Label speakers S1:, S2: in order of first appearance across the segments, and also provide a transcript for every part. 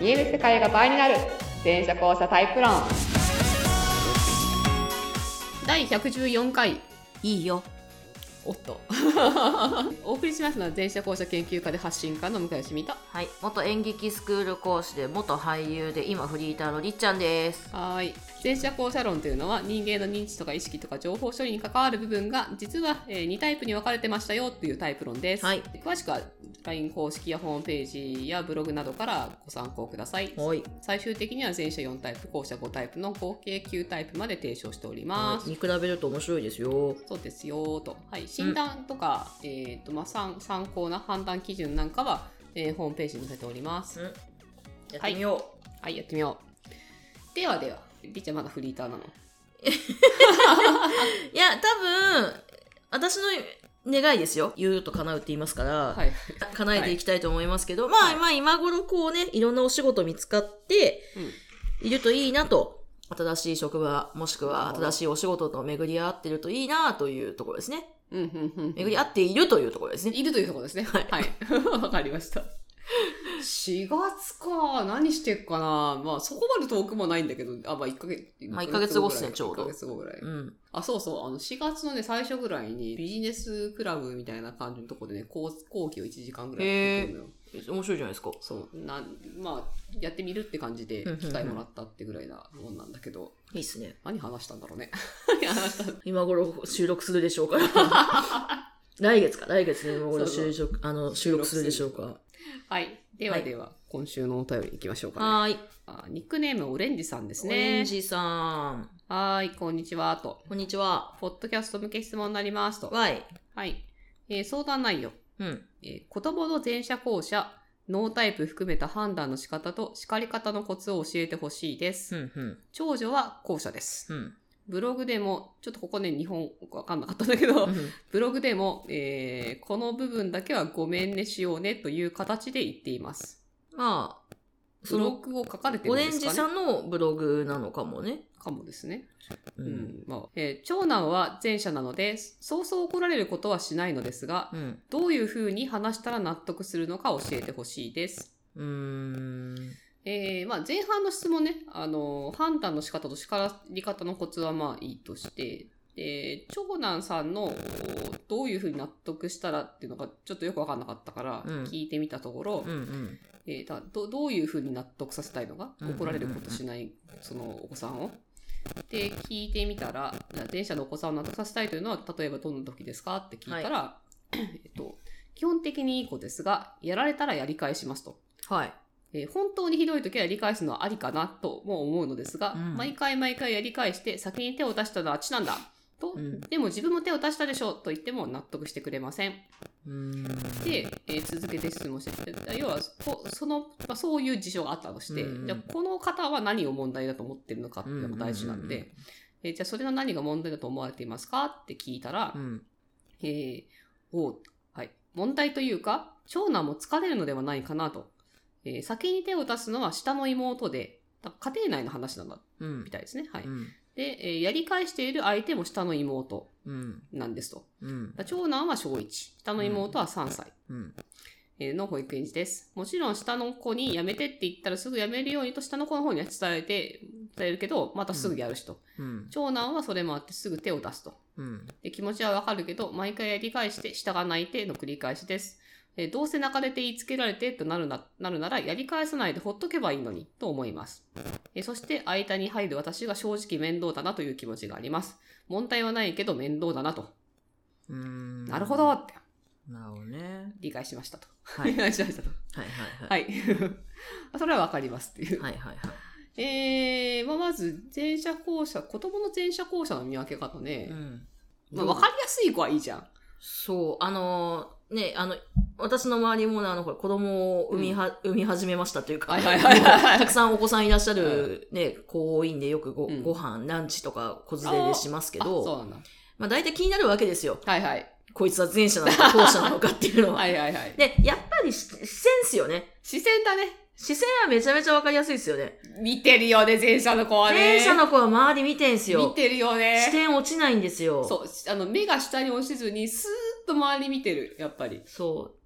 S1: 見える世界が倍になる全車交差タイプ論第114回
S2: いいよ
S1: おっと お送りしますのは全社交差研究家で発信家の向井しみと
S2: はい元演劇スクール講師で元俳優で今フリーターのりっちゃんです
S1: はーい全社交差論というのは人間の認知とか意識とか情報処理に関わる部分が実は、え2タイプに分かれてましたよっていうタイプ論です、
S2: はい
S1: 詳しくは LINE 公式やホームページやブログなどからご参考ください
S2: はい
S1: 最終的には前者4タイプ後者5タイプの合計9タイプまで提唱しております、
S2: 見比べると面白いですよ
S1: そうですよーと、はい、診断とか、えーとまあ、参参考な判断基準なんかは、えーホームページに載せております、
S2: うんやってみよう、
S1: はいやってみようではではりっちゃんまだフリーターなの
S2: い、や多分私の願いですよ言うと叶うって言いますから、
S1: はい
S2: 叶えていきたいと思いますけ
S1: は
S2: ど、
S1: い
S2: まあ、まあ今頃こうねいろんなお仕事見つかっているといいなと新しい職場もしく
S1: な
S2: は
S1: るほど
S2: 新しいお仕事と巡り合ってるといいなというところですね
S1: うんうんうんうん
S2: 巡り合っているというところですね
S1: いるというところですねはい わ、かりました4月か何してっかなまあそこまで遠くもないんだけどあまあ1ヶ月
S2: まあ一ヶ月後っすね
S1: 一ヶ月ぐらい一
S2: ちょうど
S1: ヶ月後ぐらい
S2: うん
S1: あ、そうそう。あの、4月のね、最初ぐらいに、ビジネスクラブみたいな感じのとこでね、講講義を1時間ぐらいやってくるのよ。
S2: 面白いじゃないですか
S1: そう。なん、まあ、やってみるって感じで
S2: うんうんう、ん
S1: 機会もらったってぐらいなもんなんだけど、
S2: いいっすね
S1: 何話したんだろう ね。何話したんだろ
S2: 今頃収録するでしょうか 来月か来月で今頃収録あの収録するでしょうか
S1: う。はい。ではでは、今週のお便り行きましょうかね。
S2: はーい
S1: あニックネームオレンジさんです
S2: オレ
S1: ね。
S2: ンジさん
S1: はーい、こんにちは、と。
S2: こんにちは
S1: ポッドキャスト向け質問になります、と。
S2: わい
S1: はい。えー相談内容。
S2: うん
S1: えー子供の前者後者、脳タイプ含めた判断の仕方と叱り方のコツを教えてほしいです。
S2: うんうん
S1: 長女は後者です。
S2: うん
S1: ブログでも、ちょっとここね、日本わかんなかったんだけど
S2: う、ん
S1: ブログでも、えーこの部分だけはごめんねしようねという形で言っています。
S2: まあ
S1: ブ
S2: そ
S1: ロ
S2: の
S1: グを書かれてる
S2: オ
S1: ん
S2: レ
S1: で
S2: ン
S1: す
S2: ジ
S1: か
S2: さ
S1: ね
S2: んのブログなのかもね。
S1: かもですね。
S2: う
S1: う。ん。まあ、えー長男は前者なので、そうそう怒られることはしないのですが、
S2: うん。
S1: どういうふうに話したら納得するのか教えてほしいです。
S2: うーん。
S1: えーまあ、前半の質問ね、あのー判断の仕方と叱り方のコツはまあいいとして、で長男さんのこうどういうふうに納得したらっていうのがちょっとよく分かんなかったから
S2: うん
S1: 聞いてみたところ、
S2: うんうん。
S1: えーだどどういうふうに納得させたいのか
S2: うんうんうん
S1: 怒られることしないそのお子さんを。で聞いてみたら前者のお子さんを納得させたいというのは例えばどんな時ですかって聞いたら、えっと、基本的にいい子ですがやられたらやり返しますと。
S2: はい。
S1: えー本当にひどい時はやり返すのはありかなとも思うのですが、
S2: うん
S1: 毎回毎回やり返して先に手を出したのはあっちなんだと、
S2: うん
S1: でも自分も手を出したでしょうと言っても納得してくれません。
S2: うーん。
S1: で、えー続けて質問して要はこその、まあ、そういう事情があったとして、
S2: うんうん
S1: じゃあこの方は何を問題だと思ってるのかっていうのが大事なんで、
S2: うんうん
S1: えーじゃあそれの何が問題だと思われていますかって聞いたら、
S2: うん。
S1: えーおはい。問題というか、長男も疲れるのではないかなと。えー先に手を出すのは下の妹で、だ家庭内の話なんだ、
S2: うん
S1: み。たいですね。はい。
S2: うん。
S1: で、えーやり返している相手も下の妹
S2: うん。
S1: なんですと。
S2: うん。
S1: だ長男は小1、下の妹は3歳。
S2: うん。
S1: えーの保育園児です。もちろん下の子に辞めてって言ったらすぐ辞めるようにと下の子の方には伝えて、伝えるけど、またすぐやるしと。
S2: うん。
S1: 長男はそれもあってすぐ手を出すと。
S2: うん。
S1: で気持ちはわかるけど、毎回やり返して従わないての繰り返しです。えーどうせ泣かれて言いつけられてとなるななるなら、やり返さないでほっとけばいいのにと思います。えーそして、間に入る私が正直面倒だなという気持ちがあります。問題はないけど面倒だなと。
S2: うん。
S1: なるほど。って
S2: なるほどね。
S1: 理解しましたと。
S2: は い。
S1: 理解しましたと。
S2: はいは
S1: はい い。それはわかりますっていう。
S2: はい。はいはいはい。
S1: えーまあ、まず、前者後者、子供の前者後者の見分け方ね。
S2: ん。
S1: まあ、わかりやすい子はいいじゃん。
S2: そう、あのー、ね、あの、私の周りもね、あの、ほら、子供を産みは、産み始めましたというか、
S1: はいはいはいはい
S2: たくさんお子さんいらっしゃる、ね、子多いんで、よくご、
S1: うん
S2: ご飯、ランチとか、子連れでしますけ
S1: あそう
S2: ど、
S1: なんだ。
S2: まあ、大体気になるわけですよ。
S1: はいはい。
S2: こいつは前者なの か、後者なのかっていうのは。
S1: はいはいはい。
S2: で、やっぱりし、視線っすよね。
S1: 視線だね。
S2: 視線はめちゃめちゃわかりやすいですよね。
S1: 見てるよね、前者の子はね。
S2: 前者の子は周り見てんす
S1: 見
S2: よ。
S1: てるよ
S2: 視
S1: ね。
S2: 点落ちないんですよ。
S1: そう、あの、目が下に落ちずに、スーッと周り見てる、やっぱり。
S2: そう。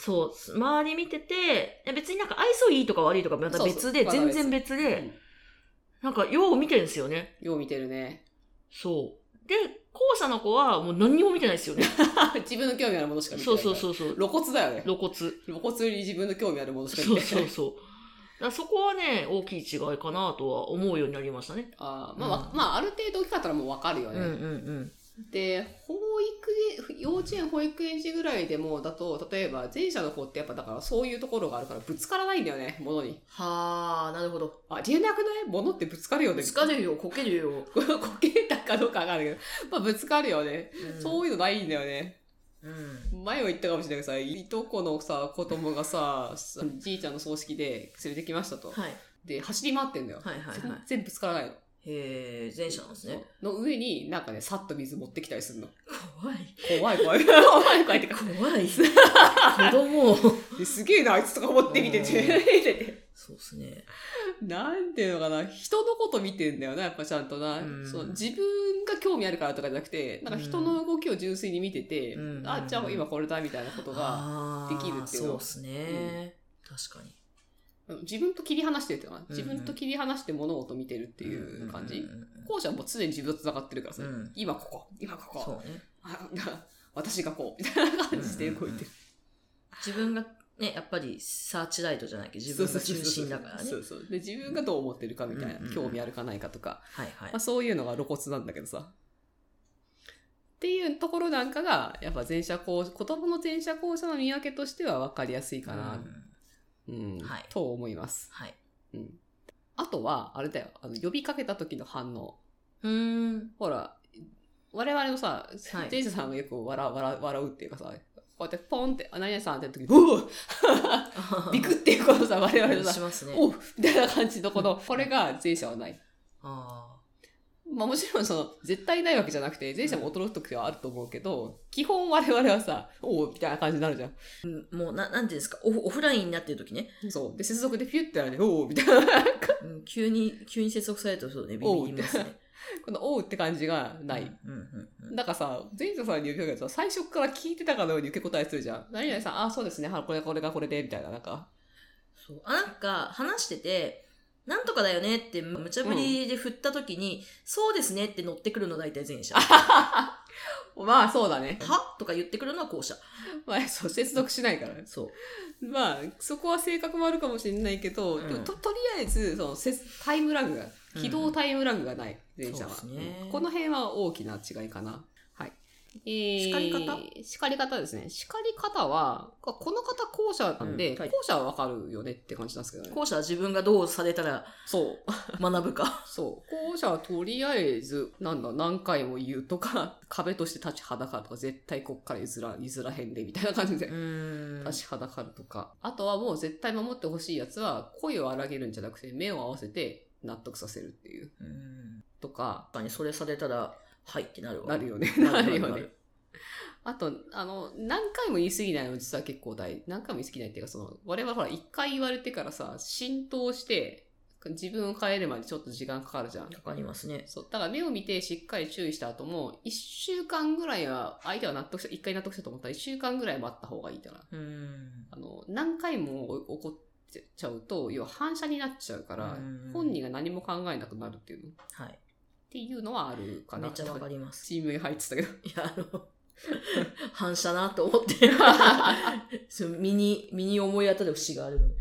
S2: そう、周り見てて、いや別になんか愛想いいとか悪いとかまた別で、
S1: そうそう
S2: 全然別
S1: う
S2: で、
S1: ん
S2: なんかよう見てるんですよね。
S1: よう見てるね。
S2: そう。で、後者の子はもう何にも見てないですよね。
S1: 自分の興味あるものしか見て
S2: そ
S1: な
S2: う
S1: いから。
S2: そうそうそう。
S1: 露骨だよね。
S2: 露骨。
S1: 露骨より自分の興味あるものしか
S2: そ
S1: 見
S2: う
S1: て
S2: そ
S1: な
S2: う
S1: い。
S2: そう。だからそこはね、大きい違いかなとは思うようになりましたね。
S1: あーまあ、わまあ、ある程度大きかったらもうわかるよね。
S2: ん
S1: で、保育園、幼稚園、保育園児ぐらいでもだと、例えば前者の方ってやっぱだからそういうところがあるからぶつからないんだよね、物に。
S2: はあ、なるほど。
S1: あ、りえなくない物ってぶつかるよね。
S2: 疲れるよ、こけるよ。
S1: これ、こけたかどうかわかんないけど、まあぶつかるよね。そういうのないんだよね。
S2: うん。
S1: 前も言ったかもしれないけどさ、いとこのさ、子供がさ、じいちゃんの葬式で連れてきましたと。
S2: はい。
S1: で、走り回ってんだよ。
S2: はいはいはい。
S1: 全然ぶつからないの。
S2: へえ、前者なんですね。
S1: そう。の上になんかね、さっと水持ってきたりするの。
S2: 怖い。
S1: 怖い怖い。怖い怖いってか。
S2: 怖い。 子供を。
S1: ですげえな、あいつとか持って見てて。
S2: うん
S1: 見てて
S2: そうですね。
S1: なんていうのかな、人のこと見てんだよな、やっぱちゃんとな。
S2: うん
S1: そう自分が興味あるからとかじゃなくて、なんか人の動きを純粋に見てて、
S2: うん
S1: あ、じゃあ今これだみたいなことが、
S2: あ
S1: できるっていうの
S2: そうですね。確かに。
S1: 自分と切り離してるっていうかな、
S2: うん
S1: 自分と切り離して物事を見てるっていう感じ。
S2: んうん
S1: 後者はもう常に自分と繋がってるからさ、
S2: うん
S1: 今ここ、今こ
S2: うん
S1: こ、
S2: そうね。
S1: あ な私がこう、みたいな感じで動いてる。
S2: 自分がね、やっぱりサーチライトじゃないけど、自分が中心だからね
S1: そ。うそうで、自分がどう思ってるかみたいな、
S2: うんうんうん
S1: 興味あるかないかとか、
S2: はいはい
S1: まあ、。そういうのが露骨なんだけどさ。っていうところなんかが、やっぱ前者後、子供の前者後者の見分けとしては分かりやすいかな
S2: う、ん
S1: うん、
S2: はい
S1: と思います。
S2: はい。
S1: うん。あとは、あれだよ、あの、呼びかけた時の反応。
S2: うー ん。
S1: ほら、我々のさ、
S2: はい
S1: 前者さんがよく笑う、笑う、笑うっていうかさ、こうやってポンって、あ、何々さんってやった時に、うおびくっていうこのさ、我々の
S2: し
S1: さ、
S2: ますね。
S1: おうみたいな感じのこの、これが前者はない。
S2: あ
S1: まあもちろんその、絶対ないわけじゃなくて、前者も驚く時はあると思うけど、基本我々はさ、おうみたいな感じになるじゃん。
S2: ーもうな、なんていうんですか、オフオフラインになってる時ね、
S1: そう。で、接続でピュッてやるね、おうみたいな。
S2: うん急に、急に接続されるとそうね、ビビりますね。
S1: この、おうって感じがない。
S2: うんうんうん。
S1: なんかさ、前者さんに言うけどさ、最初から聞いてたかのように受け答えするじゃん。何々さん、あ、そうですね、はこれがこれがこれで、みたいな、なんか。
S2: そう。あ、なんか、話してて、なんとかだよねって、無茶ぶりで振った時に、そうですねって乗ってくるの大体前者。は
S1: まあそうだね。
S2: とか言ってくるのは後者。
S1: まあそう、接続しないからね。
S2: そう。
S1: まあ、そこは性格もあるかもしれないけど、
S2: うん
S1: でもととりあえず、その、せタイムラグが、
S2: うん
S1: 起動タイムラグがない、電車は
S2: そうですね。
S1: うんこの辺は大きな違いかな。はい。えー
S2: 叱り方
S1: 叱り方ですね。叱り方は、この方後者なんで、
S2: うんはい
S1: 後者はわかるよねって感じなんですけどね。
S2: 後者は自分がどうされたら
S1: そう。
S2: 学 ぶか。
S1: そう。後者はとりあえず、なんだ、何回も言うとか、 壁として立ちはだかるとか、絶対こっから譲ら、譲らへんで、みたいな感じで。
S2: ん
S1: 立ちはだかるとか。あとはもう絶対守ってほしいやつは、声を荒げるんじゃなくて、目を合わせて納得させるっていう。
S2: うん。
S1: とか、
S2: 確かにそれされたら、はいってなるわ。
S1: なるよね。な
S2: な
S1: る
S2: る
S1: よ
S2: な
S1: ね
S2: る。
S1: あと、あの、何回も言い過ぎないの実は結構大、何回も言い過ぎないっていうか、その、我々ほら、一回言われてからさ、浸透して、自分を変えるまでちょっと時間かかるじゃん。
S2: わかりますね。
S1: そう。だから目を見てしっかり注意した後も、一週間ぐらいは、相手は納得した、一回納得したと思ったら一週間ぐらい待った方がいいから。
S2: うん。
S1: あの、何回も怒っちゃうと、要は反射になっちゃうから
S2: うん、
S1: 本人が何も考えなくなるっていうの。っ
S2: はい。
S1: ていうのはあるかな。
S2: めっちゃわかり
S1: ちょ
S2: ま
S1: っと
S2: す。
S1: チームに入ってたけど。
S2: いや、あの、反射なと 思って、そう身に、身に思い当たる節があるので。
S1: っ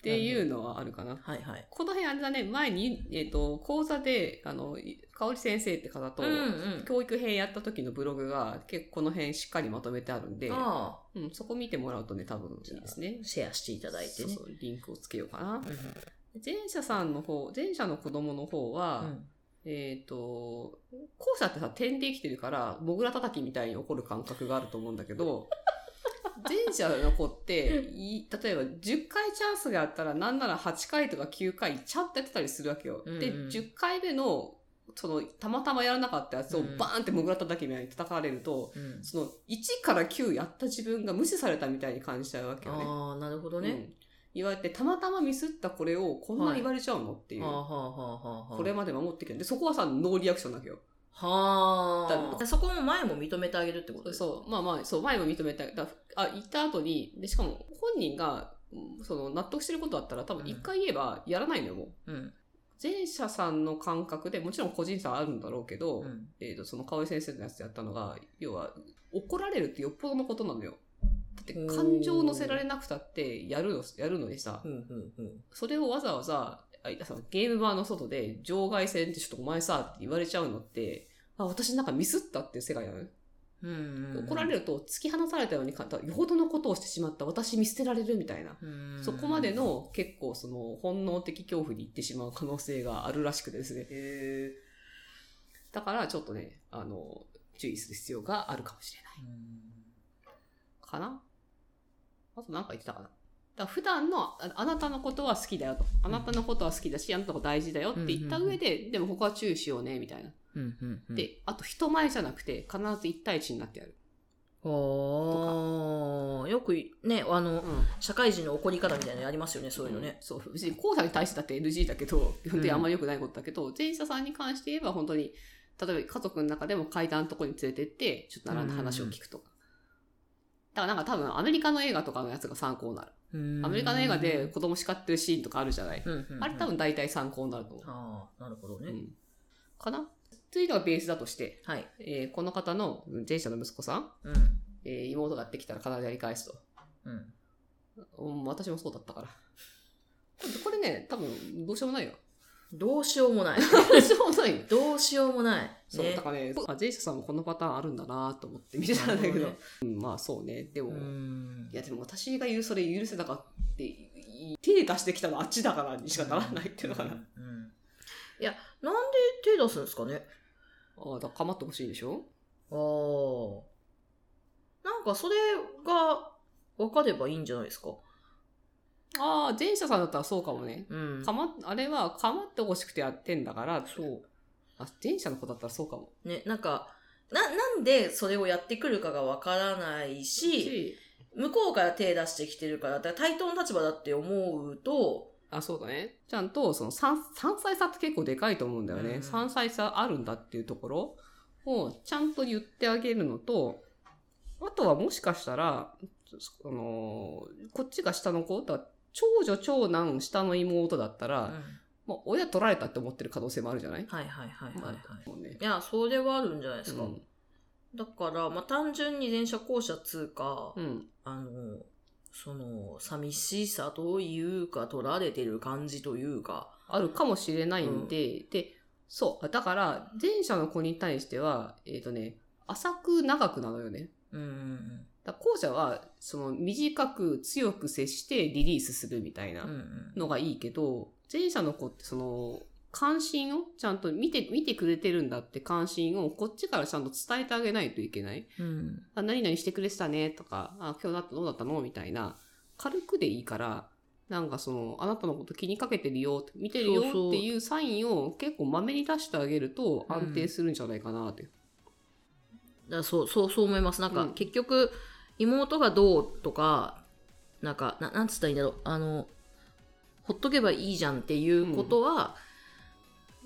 S1: ていうのはあるかな。
S2: はいはい。
S1: この辺あれだね、前に、えっ、と、講座で、あの、い香織先生って方と、
S2: ん
S1: 教育編やった時のブログが結構この辺しっかりまとめてあるんで、
S2: ああ、
S1: うん、そこ見てもらうとね、多分いいですね。
S2: シェアしていただいてね。
S1: そうそうリンクをつけようかな
S2: う。ん
S1: 前者さんの方、前者の子供の方は、えっ、と、後者ってさ、点で生きてるから、モグラ叩きみたいに怒る感覚があると思うんだけ ど、前者の子って、い例えば10回チャンスがあったら、なんなら8回とか9回、ちゃんとやってたりするわけよ。
S2: うんうん
S1: で、10回目の、その、たまたまやらなかったやつを
S2: うん
S1: バーンってモグラ叩きみたいに叩かれると、
S2: うん
S1: その、1から9やった自分が無視されたみたいに感じちゃうわけよね。
S2: ああ、なるほど
S1: う
S2: ね。
S1: ん言われて、たまたまミスったこれをこんな言われちゃうのっていう。
S2: はあはあはあはあ。
S1: これまで守ってきてで、そこはさ、ノーリアクションだけよ。
S2: は
S1: だ
S2: あ。そこも前も認めてあげるってこと
S1: そう、まあまあ、そう、前も認めた。だあ、言った後に、で、しかも本人が、うんその、納得してることだったら多分一回言えばやらないのよ、もう。
S2: うん。
S1: 前者さんの感覚で、もちろん個人差あるんだろうけど、
S2: うん。
S1: えっ、と、その河合先生のやつでやったのが、要は、怒られるってよっぽどのことなのよ。だって
S2: おー
S1: 感情を乗せられなくたってやるの、やるのにさ
S2: う、んうんうん。
S1: それをわざわざ、あいやそのゲームバーの外で場外戦ってちょっとお前さって言われちゃうのって、あ、私なんかミスったっていう世界なのよ。
S2: うん
S1: 怒られ
S2: る。
S1: ると突き放されたようにか、だよほどのことをしてしまった、私見捨てられるみたいな。
S2: うん
S1: そこまで。の結構その本能的恐怖に行ってしまう可能性があるらしくてですね。だからちょっとね、あの、注意する必要があるかもしれない。
S2: うん
S1: かなあとなんか言ってたかなだから普段のああなたのことは好きだよと。あなたのことは好きだし、あなたのこと大事だよって言った上で、でも他は注意しようね、みたいな。
S2: うんうんうん。、
S1: で、あと人前じゃなくて、必ず一対一になってやる。
S2: おーよくい、ね、あの、
S1: うん。
S2: 社会人の怒り方みたいなのありますよね、そういうのね。
S1: そう、別に後者に対してだって NG だけど、基本的にあんまり良くないことだけど、前者さんに関して言えば本当に、例えば家族の中でも階段のとこに連れてって、ちょっと並んで話を聞くとか。だからなんか多分アメリカの映画とかのやつが参考になる。
S2: ア
S1: アメリカの映画で、子供叱ってるシーンとかあるじゃない。
S2: うんうんうん
S1: あれ多。分大体参考になると思う。
S2: ああ、なるほど
S1: う
S2: ね。
S1: ん。かなというのがベースだとして、
S2: はい。
S1: えーこの方の前者の息子さん、
S2: うん。
S1: えー妹がやってきたら必ずやり返すと。
S2: うん。
S1: うん、私もそうだったから。 これね、多分、どうしようもないよ。
S2: どうしようもない。
S1: どうしようもないよ。
S2: どうしようもない。
S1: そう、
S2: ね
S1: だからね、あ前者さんもこのパターンあるんだなと思って見てたんだけ
S2: なる
S1: ど、
S2: ほね
S1: うん、まあそうね、でも、
S2: うん
S1: いやでも私が言うそれ許せなかったって、い手出してきたのあっちだからにしかならないっていうのかな。
S2: うんうんいや、なんで手出すんですかね。
S1: ああ、だから構ってほしいでしょ
S2: ああ。なんかそれが分かればいいんじゃないですか。
S1: ああ、前者さんだったらそうかもね。
S2: うん。
S1: かま、あれは構ってほしくてやってんだから、
S2: そう。
S1: あ、前者の子だったらそうかも。
S2: ね、なんか、な、なんでそれをやってくるかがわからないし、
S1: し
S2: 向こうから手出してきてるから、だから対等の立場だって思うと、
S1: あ、そうだね。ちゃんと、その3、三歳差って結構でかいと思うんだよ
S2: う
S1: ね。
S2: ん
S1: 三3歳差あるんだっていうところをちゃんと言ってあげるのと、あとはもしかしたら、あのーこっちが下の子だ長女、長男、下の妹だったら、まあ、親取られたって思ってる可能性もあるじゃない
S2: はいはいはいはい、はい。
S1: もうね。
S2: いや、それはあるんじゃないですか。
S1: うん
S2: だから、まあ、単純に前者後者通過、
S1: うん。
S2: あの、その、寂しさというか、取られてる感じというか、
S1: あるかもしれないんで、で、そう。だから、前者の子に対しては、えっ、とね、浅く長くなのよね。
S2: うん、
S1: だから後者は、その短く強く接してリリースするみたい
S2: うん、う。
S1: なんのがいいけど、前者の子ってその、関心をちゃんと見て、見てくれてるんだって関心をこっちからちゃんと伝えてあげないといけない。
S2: うん、
S1: あ、何々してくれてたねとか、あ、今日だったどうだったのみたいな、軽くでいいから、なんかその、あなたのこと気にかけてるよ、見てるよ
S2: そうそう
S1: っていうサインを結構まめに出してあげると
S2: うん
S1: 安定するんじゃないかなって。
S2: だからそう、そう、そう思います。なんか、
S1: うん
S2: 結局、妹がどうとか、なんか、ななんつったらいいんだろう、あの、ほっとけばいいじゃんっていうことは、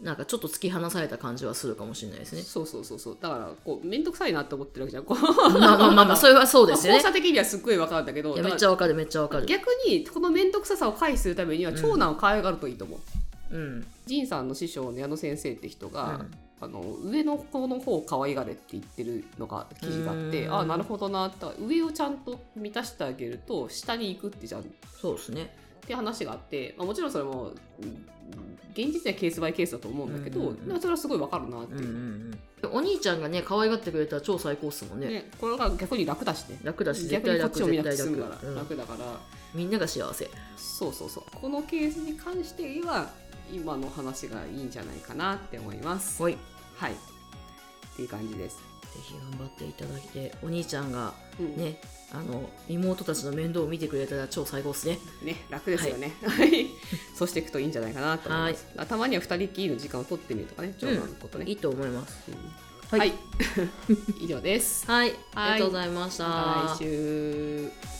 S2: なんかちょっと突き放された感じはするかもしれないですね。
S1: そうそうそうそう。だから、こう、めんどくさいなって思ってるわけじゃん。こう
S2: まあまあまあまあ、それはそう
S1: ま
S2: で
S1: あ
S2: す よね
S1: 後。者的にはすっごいわかるんだけど、
S2: いや、めっ
S1: だ
S2: ち
S1: か
S2: ゃわかる、めっちゃわからる。
S1: 逆にこの面倒くささを回避するためには
S2: うん
S1: 長男を可愛がるといいと思う。
S2: うん。
S1: 仁、さんの師匠の矢野先生って人が、
S2: うん
S1: あの上の子の方を可愛がれって言ってるのが記事があって、
S2: うん
S1: ああなるほどなって上をちゃんと満たしてあげると下に行くってじゃんっ
S2: そうですね。
S1: て話があって、まあ、もちろんそれもうん現実にはケースバイケースだと思うんだけど、
S2: うん
S1: でもそれはすごいわかるなって
S2: うんう
S1: い
S2: ん
S1: う、
S2: うん。お兄ちゃんがね、可愛がってくれたら超最高っすもんね。
S1: ね、これが逆に楽だしね
S2: 楽だし、絶
S1: 逆にこ
S2: 対
S1: っちを
S2: 楽、
S1: 見な
S2: 絶
S1: くて
S2: 対
S1: 済むか
S2: 楽
S1: ら、
S2: うん
S1: 楽だから。
S2: みんなが幸せ。
S1: そうそうそうこのケースに関しては今の話がいいんじゃないかなって思います
S2: はい。ぜ
S1: はいっていう感じです、
S2: ひ頑張っていただいて、お兄ちゃんが
S1: うんね
S2: ね、あの、妹たちの面倒を見てくれたら超最高っすね。
S1: 楽ですよねはい そうしていくといいんじゃないかなと思いますあたまには二人きりの時間を取ってみるとかね長男のことね、
S2: いいと思います。
S1: うん
S2: は
S1: はい い、以上です
S2: はい。
S1: はい
S2: ありがとうございました。
S1: また来週
S2: はい。